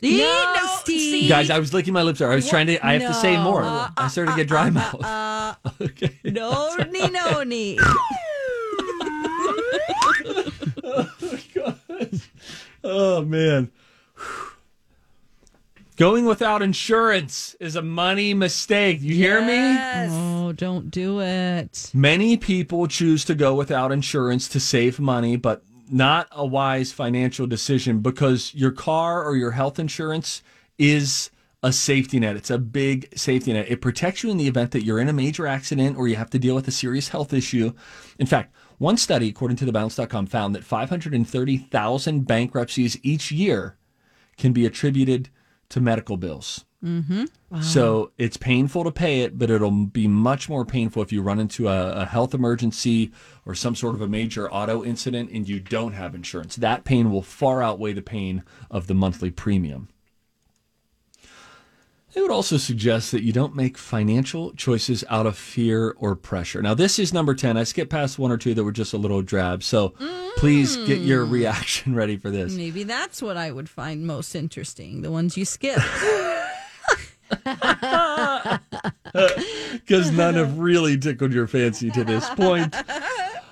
Speaker 3: Eee,
Speaker 2: No,
Speaker 3: no,
Speaker 2: Steve.
Speaker 3: see?
Speaker 4: Guys, I was licking my lips. there. I was trying to. I have to say
Speaker 3: No.
Speaker 4: more.
Speaker 3: Uh,
Speaker 4: I started to get dry mouth.
Speaker 3: Uh,
Speaker 4: okay.
Speaker 3: no, ni, no, ni.
Speaker 4: Oh man. Going without insurance is a money mistake. You hear me?
Speaker 3: Oh, don't do it.
Speaker 4: Many people choose to go without insurance to save money, but not a wise financial decision because your car or your health insurance is a safety net. It's a big safety net. It protects you in the event that you're in a major accident or you have to deal with a serious health issue. In fact, one study, according to thebounce.com, found that 530,000 bankruptcies each year can be attributed to medical bills.
Speaker 3: Mm-hmm.
Speaker 4: So it's painful to pay it, but it'll be much more painful if you run into a, a health emergency or some sort of a major auto incident and you don't have insurance. That pain will far outweigh the pain of the monthly premium. They would also suggest that you don't make financial choices out of fear or pressure. Now, this is number 10. I skipped past one or two that were just a little drab. So please get your reaction ready for this.
Speaker 3: Maybe that's what I would find most interesting, the ones you skipped.
Speaker 4: because none have really tickled your fancy to this point.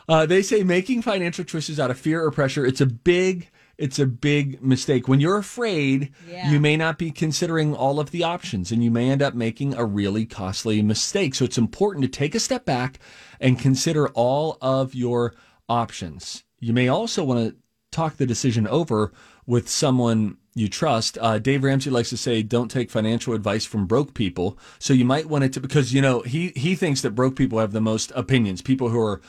Speaker 4: Uh, they say making financial choices out of fear or pressure. It's a big, it's a big mistake. When you're afraid,
Speaker 3: Yeah.
Speaker 4: you may not be considering all of the options, and you may end up making a really costly mistake. So it's important to take a step back and consider all of your options. You may also want to talk the decision over with someone you trust. Uh, Dave Ramsey likes to say, "Don't take financial advice from broke people." So you might want it to because you know he he thinks that broke people have the most opinions. People who are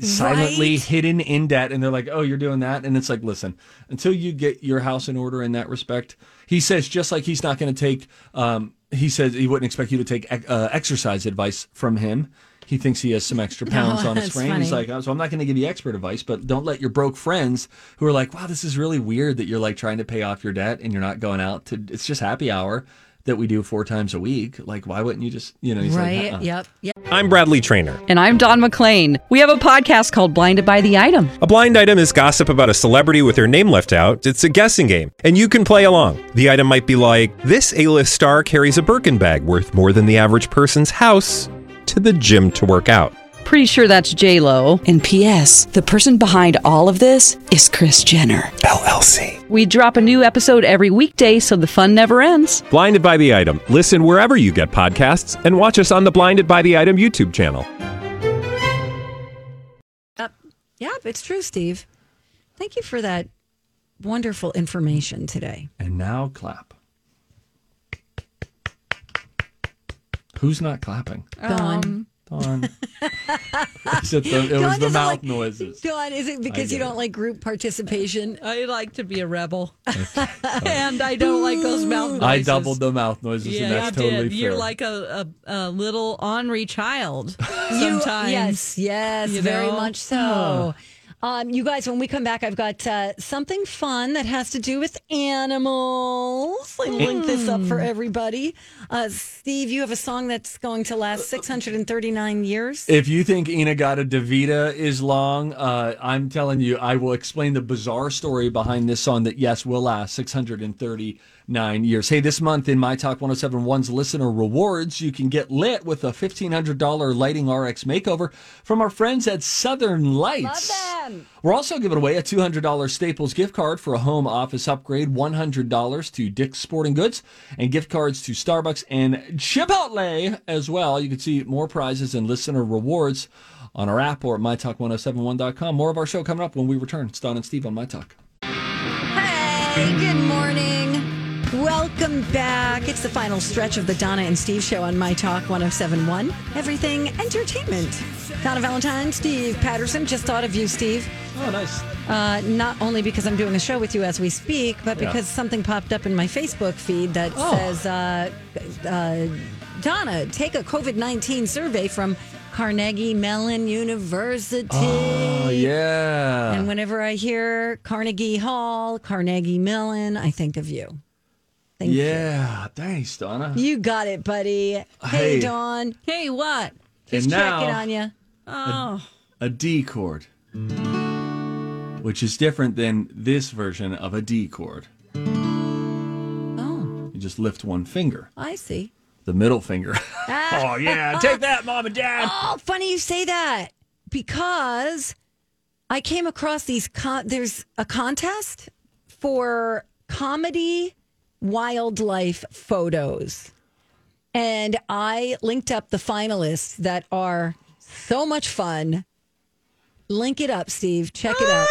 Speaker 4: silently hidden in debt and they're like, "Oh, you're doing that," and it's like, listen, until you get your house in order in that respect, he says just like he's not going to take. Um, he says he wouldn't expect you to take ec- uh, exercise advice from him. He thinks he has some extra pounds
Speaker 12: Oh,
Speaker 4: on his
Speaker 12: that's
Speaker 4: frame. He's
Speaker 12: funny.
Speaker 4: like, so I'm not going to give you expert advice, but don't let your broke friends who are like, wow, this is really weird that you're like trying to pay off your debt and you're not going out to, it's just happy hour that we do four times a week. Like, why wouldn't you just, you know, he's like,
Speaker 13: Right,
Speaker 4: "Uh-uh."
Speaker 2: Yep. Yep.
Speaker 13: I'm Bradley Trainer.
Speaker 14: And I'm Don McClain. We have a podcast called Blinded by the Item.
Speaker 13: A blind item is gossip about a celebrity with their name left out. It's a guessing game, and you can play along. The item might be like this A-list star carries a Birkin bag worth more than the average person's house to the gym to work out.
Speaker 14: Pretty sure that's J Lo. And P.S. The person behind all of this is Chris Jenner LLC. We drop a new episode every weekday, so the fun never ends.
Speaker 13: Blinded by the item. Listen wherever you get podcasts, and watch us on the Blinded by the Item YouTube channel.
Speaker 2: Yep, it's true, Steve. Thank you for that wonderful information today.
Speaker 4: And now clap. Who's not clapping?
Speaker 3: Oh,
Speaker 2: Don.
Speaker 4: Darn. Is it the- it
Speaker 2: Don
Speaker 4: was the
Speaker 2: doesn't
Speaker 4: mouth
Speaker 2: like-
Speaker 4: noises.
Speaker 2: Don, is it because
Speaker 4: I
Speaker 2: you
Speaker 4: get
Speaker 2: don't like group participation?
Speaker 3: I like to be a rebel. and I don't like those mouth noises.
Speaker 4: I doubled the mouth noises,
Speaker 3: Yeah,
Speaker 4: and that's
Speaker 3: you
Speaker 4: totally
Speaker 3: did. You're
Speaker 4: fair.
Speaker 3: like a, a, a little ornery child
Speaker 2: You-
Speaker 3: sometimes.
Speaker 2: yes, yes,
Speaker 3: You
Speaker 2: very
Speaker 3: know?
Speaker 2: much so. Um, you guys, when we come back, I've got uh, something fun that has to do with animals. I link this up
Speaker 3: Hmm.
Speaker 2: for everybody. Uh, Steve, you have a song that's going to last 639 years.
Speaker 4: If you think Inagata Devita is long, uh, I'm telling you, I will explain the bizarre story behind this song that, yes, will last 639 years. Hey, this month in My Talk 1071's Listener Rewards, you can get lit with a $1,500 Lighting RX makeover from our friends at Southern Lights. We're also giving away a $200 Staples gift card for a home office upgrade, $100 to Dick's Sporting Goods, and gift cards to Starbucks and Chipotle as well. You can see more prizes and listener rewards on our app or at mytalk1071.com. More of our show coming up when we return. It's Don and Steve on My Talk.
Speaker 2: Hey, good morning. Welcome back. It's the final stretch of the Donna and Steve show on My Talk 1071, Everything Entertainment. Donna Valentine, Steve Patterson, just thought of you, Steve.
Speaker 4: Oh, nice.
Speaker 2: Uh, not only because I'm doing a show with you as we speak, but
Speaker 4: Yeah.
Speaker 2: because something popped up in my Facebook feed that
Speaker 4: Oh.
Speaker 2: says, uh, uh, Donna, take a COVID 19 survey from Carnegie Mellon University.
Speaker 4: Oh, yeah.
Speaker 2: And whenever I hear Carnegie Hall, Carnegie Mellon, I think of you. Thank
Speaker 4: yeah. Thanks, Donna.
Speaker 2: You got it, buddy. Hey,
Speaker 4: Hey.
Speaker 2: Dawn.
Speaker 3: Hey, what?
Speaker 2: He's
Speaker 4: And
Speaker 2: checking
Speaker 4: now-
Speaker 2: on you.
Speaker 3: Oh.
Speaker 4: A D chord, which is different than this version of a D chord.
Speaker 2: Oh,
Speaker 4: You just lift one finger,
Speaker 2: I see.
Speaker 4: the middle finger. oh, yeah. Take that, Mom and Dad.
Speaker 2: Oh, funny you say that because I came across these. Con- there's a contest for comedy wildlife photos. And I linked up the finalists that are so much fun. Link it up, Steve. Check it out.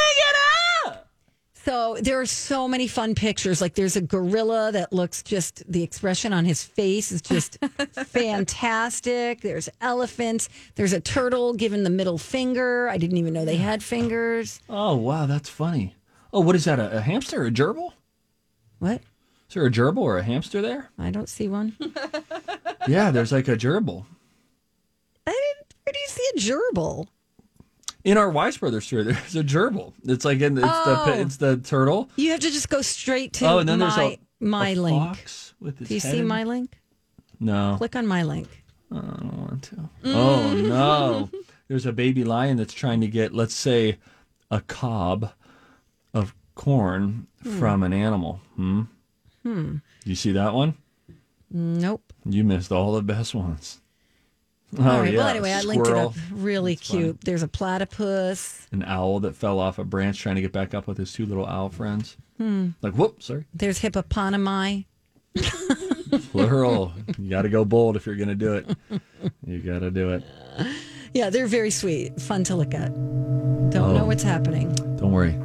Speaker 2: So there are so many fun pictures. Like there's a gorilla that looks just the expression on his face is just fantastic. There's elephants. There's a turtle giving the middle finger. I didn't even know they had fingers.
Speaker 4: Oh wow, that's funny. Oh, what is that? A, a hamster? A gerbil?
Speaker 2: What?
Speaker 4: Is there a gerbil or a hamster there?
Speaker 2: I don't see one.
Speaker 4: yeah, there's like a gerbil
Speaker 2: I didn't, where do you see a gerbil?
Speaker 4: in our Wise Brothers tour. There's a gerbil. It's like in, it's
Speaker 2: Oh.
Speaker 4: the it's the turtle.
Speaker 2: You have to just go straight to
Speaker 4: Oh, and then
Speaker 2: my
Speaker 4: there's a-
Speaker 2: my
Speaker 4: a
Speaker 2: link.
Speaker 4: fox with its
Speaker 2: do you
Speaker 4: head
Speaker 2: see
Speaker 4: in-
Speaker 2: my link?
Speaker 4: No,
Speaker 2: Click on my link.
Speaker 4: Oh, I don't want to. Oh no, there's a baby lion that's trying to get, let's say, a cob of corn
Speaker 2: Hmm.
Speaker 4: from an animal. Hmm.
Speaker 2: Hmm.
Speaker 4: You see that one?
Speaker 2: Nope.
Speaker 4: You missed all the best ones. Oh,
Speaker 2: All right.
Speaker 4: yeah.
Speaker 2: Well, anyway, I linked it
Speaker 4: Squirrel,
Speaker 2: up. Really cute. There's a platypus.
Speaker 4: An owl that fell off a branch trying to get back up with his two little owl friends.
Speaker 2: Hmm.
Speaker 4: Like, whoop, sorry.
Speaker 2: There's hippopotami.
Speaker 4: Plural. you got to go bold if you're going to do it. You got to do it.
Speaker 2: Yeah, they're very sweet. Fun to look at. Don't
Speaker 4: Oh.
Speaker 2: know what's happening.
Speaker 4: Don't worry.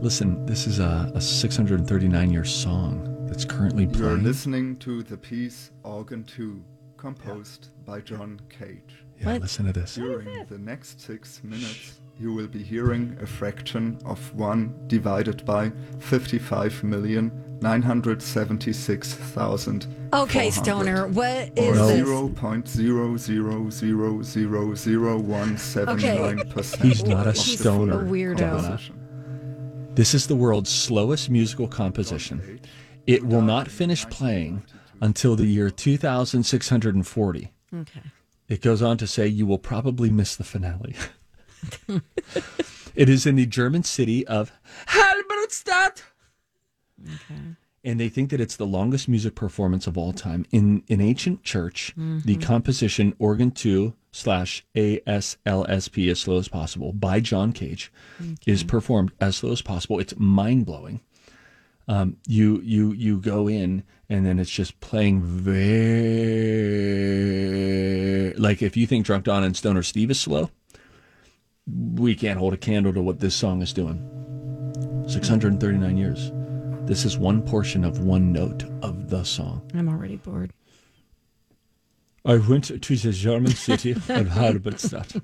Speaker 4: Listen, this is a, a 639 year song that's currently playing.
Speaker 12: You're listening to the piece Organ 2, composed by John Cage.
Speaker 4: Yeah, What? listen to this.
Speaker 12: During the next six minutes, you will be hearing a fraction of 1 divided by 55,976,000.
Speaker 2: Okay, Stoner. What
Speaker 12: Or
Speaker 2: is this?
Speaker 12: zero point zero zero zero zero zero one seven nine percent.
Speaker 4: He's not a stoner.
Speaker 2: weirdo.
Speaker 4: Donna. This is the world's slowest musical composition. It will not finish playing until the year 2640.
Speaker 2: Okay.
Speaker 4: It goes on to say you will probably miss the finale. it is in the German city of Halberstadt. and they think that it's the longest music performance of all time in an ancient church. The
Speaker 15: Mhm.
Speaker 4: composition organ two slash ASLSP as slow as possible by John Cage is performed as slow as possible. It's mind blowing. Um, you you you go in and then it's just playing very like if you think Drunk Donna and Stoner Steve is slow, we can't hold a candle to what this song is doing. 639 years. This is one portion of one note of the song.
Speaker 3: I'm already bored.
Speaker 4: I went to the German city of Halberstadt.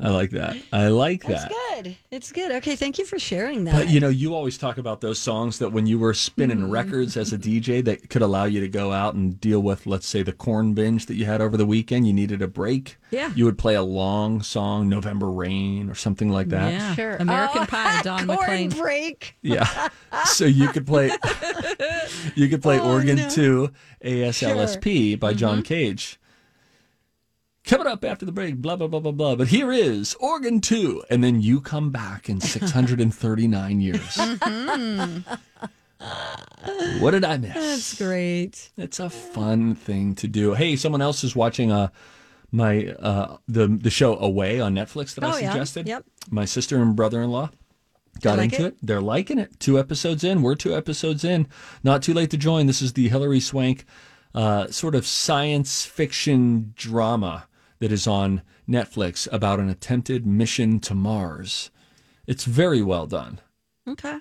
Speaker 4: I like that. I like that.
Speaker 2: It's good. It's good. Okay, thank you for sharing that.
Speaker 4: But you know, you always talk about those songs that when you were spinning
Speaker 3: Mm-hmm.
Speaker 4: records as a DJ, that could allow you to go out and deal with, let's say, the corn binge that you had over the weekend. You needed a break.
Speaker 3: Yeah.
Speaker 4: You would play a long song, November Rain, or something like that.
Speaker 3: Yeah, sure. Oh, American Pie, Don McLean.
Speaker 2: Oh, break.
Speaker 4: Yeah. So you could play you could play Organ 2 ASLSP by John Cage. Coming up after the break, blah blah blah blah blah. But here is Organ 2 and then you come back in 639 years. what did I miss?
Speaker 2: That's great.
Speaker 4: It's a fun thing to do. Hey, someone else is watching uh my uh the the show Away on Netflix that
Speaker 2: Oh,
Speaker 4: I
Speaker 2: yeah.
Speaker 4: suggested.
Speaker 2: Yep.
Speaker 4: My sister and brother in law got
Speaker 2: They like
Speaker 4: into
Speaker 2: it?
Speaker 4: it? They're liking it. Two episodes in. We're two episodes in. Not too late to join. This is the Hillary Swank uh sort of science fiction drama that is on Netflix about an attempted mission to Mars. It's very well done.
Speaker 2: Okay.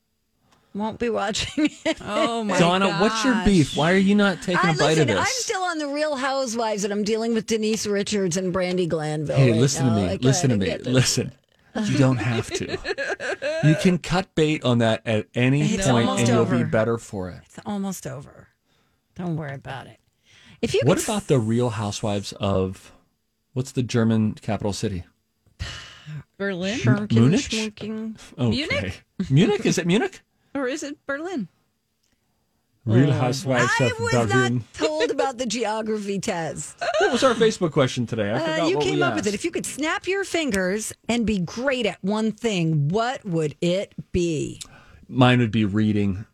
Speaker 2: Won't be watching it.
Speaker 3: Oh my
Speaker 4: Donna, what's your beef? Why are you not taking a
Speaker 2: I,
Speaker 4: bite
Speaker 2: listen,
Speaker 4: of this?
Speaker 2: I'm still on the Real Housewives, and I'm dealing with Denise Richards and Brandy Glanville.
Speaker 4: Hey,
Speaker 2: right
Speaker 4: listen
Speaker 2: now.
Speaker 4: to me.
Speaker 2: Like,
Speaker 4: listen
Speaker 2: Oh, I
Speaker 4: to me.
Speaker 2: get this.
Speaker 4: Listen. You don't have to. You can cut bait on that at any
Speaker 2: It's
Speaker 4: point
Speaker 2: almost
Speaker 4: and you'll be
Speaker 2: over.
Speaker 4: better for it.
Speaker 2: It's almost over. Don't worry about it. If you
Speaker 4: What
Speaker 2: could-
Speaker 4: about the real housewives of what's the German capital city?
Speaker 3: Berlin?
Speaker 4: Schmunken, Munich? Okay.
Speaker 3: Munich?
Speaker 4: Munich? Is it Munich?
Speaker 3: Or is it Berlin?
Speaker 4: Real housewives
Speaker 2: Oh, I
Speaker 4: of
Speaker 2: was
Speaker 4: Berlin.
Speaker 2: not told about the geography test.
Speaker 4: What was our Facebook question today? I forgot
Speaker 2: Uh, you
Speaker 4: what
Speaker 2: came
Speaker 4: we
Speaker 2: up with it.
Speaker 4: asked.
Speaker 2: If you could snap your fingers and be great at one thing, what would it be?
Speaker 4: Mine would be reading.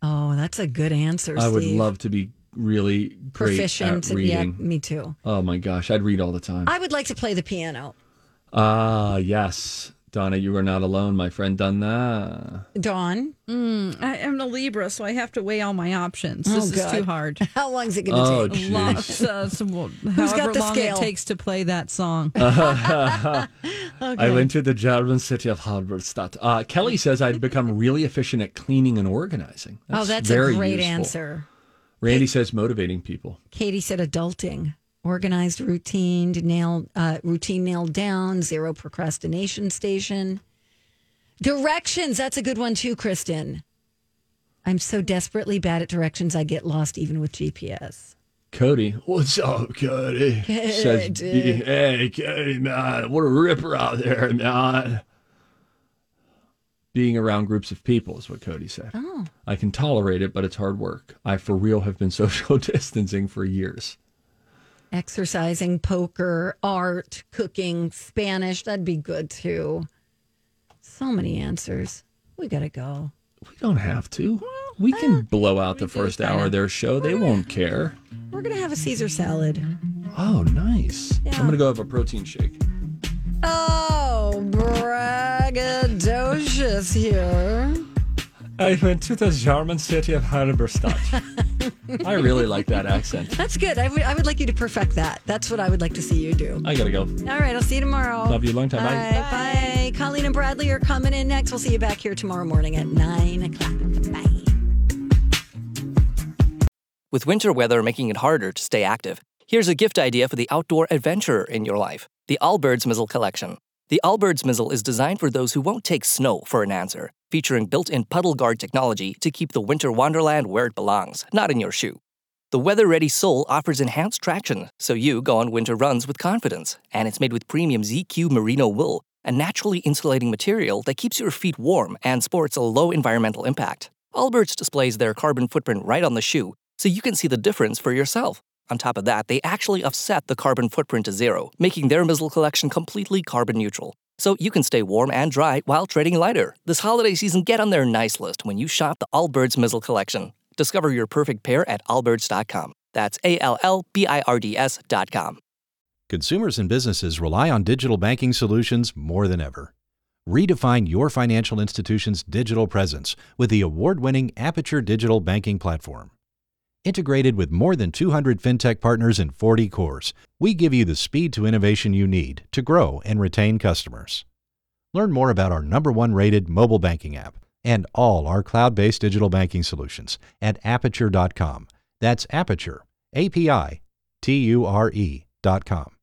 Speaker 2: Oh, that's a good answer.
Speaker 4: I would
Speaker 2: Steve.
Speaker 4: love to be really great
Speaker 2: proficient.
Speaker 4: at reading.
Speaker 2: Yeah, me too.
Speaker 4: Oh my gosh, I'd read all the time.
Speaker 2: I would like to play the piano.
Speaker 4: Ah, yes. Donna, you are not alone, my friend Donna.
Speaker 2: Dawn.
Speaker 3: Mm, I am a Libra, so I have to weigh all my options.
Speaker 2: Oh,
Speaker 3: this is
Speaker 2: God.
Speaker 3: too hard.
Speaker 2: How long is it
Speaker 4: gonna Oh, take?
Speaker 3: A lot, uh, some, however
Speaker 2: got the
Speaker 3: long
Speaker 2: scale?
Speaker 3: it takes to play that song.
Speaker 4: I went to the German city of Halberstadt. Uh, Kelly says I've become really efficient at cleaning and organizing.
Speaker 2: oh, that's
Speaker 4: very
Speaker 2: a great
Speaker 4: useful.
Speaker 2: answer.
Speaker 4: Randy says motivating people.
Speaker 2: Katie said adulting, organized routine, nail uh, routine nailed down, zero procrastination station. Directions, that's a good one too, Kristen. I'm so desperately bad at directions, I get lost even with GPS.
Speaker 4: Cody, what's up, Cody? Says,
Speaker 2: Cody.
Speaker 4: hey, Cody, man, what a ripper out there, man. Being around groups of people is what Cody said.
Speaker 2: Oh.
Speaker 4: I can tolerate it, but it's hard work. I, for real, have been social distancing for years.
Speaker 2: Exercising, poker, art, cooking, Spanish, that'd be good too. So many answers. We gotta go.
Speaker 4: We don't have to. We can blow out the first hour of their show. They won't care.
Speaker 2: We're gonna have a Caesar salad.
Speaker 4: Oh, nice. I'm going to go have a protein shake.
Speaker 2: Oh, braggadocious here.
Speaker 4: I went to the German city of Halberstadt. I really like that accent.
Speaker 2: That's good. I would- I would like you to perfect that. That's what I would like to see you do.
Speaker 4: I got to go.
Speaker 2: All right, I'll see you tomorrow.
Speaker 4: Love you. Long time. Bye.
Speaker 2: Bye. Bye. Colleen and Bradley are coming in next. We'll see you back here tomorrow morning at 9 o'clock. Bye.
Speaker 15: With winter weather making it harder to stay active, here's a gift idea for the outdoor adventurer in your life the Allbirds Mizzle Collection. The Allbirds Mizzle is designed for those who won't take snow for an answer, featuring built in puddle guard technology to keep the winter wonderland where it belongs, not in your shoe. The weather ready sole offers enhanced traction, so you go on winter runs with confidence, and it's made with premium ZQ merino wool, a naturally insulating material that keeps your feet warm and sports a low environmental impact. Allbirds displays their carbon footprint right on the shoe, so you can see the difference for yourself. On top of that, they actually offset the carbon footprint to zero, making their Mizzle collection completely carbon neutral. So you can stay warm and dry while trading lighter. This holiday season, get on their nice list when you shop the Allbirds Mizzle collection. Discover your perfect pair at allbirds.com. That's A L L B I R D S.com.
Speaker 16: Consumers and businesses rely on digital banking solutions more than ever. Redefine your financial institution's digital presence with the award winning Aperture Digital Banking Platform. Integrated with more than 200 fintech partners and 40 cores, we give you the speed to innovation you need to grow and retain customers. Learn more about our number one rated mobile banking app and all our cloud based digital banking solutions at aperture.com. That's aperture, A P I T U R E.com.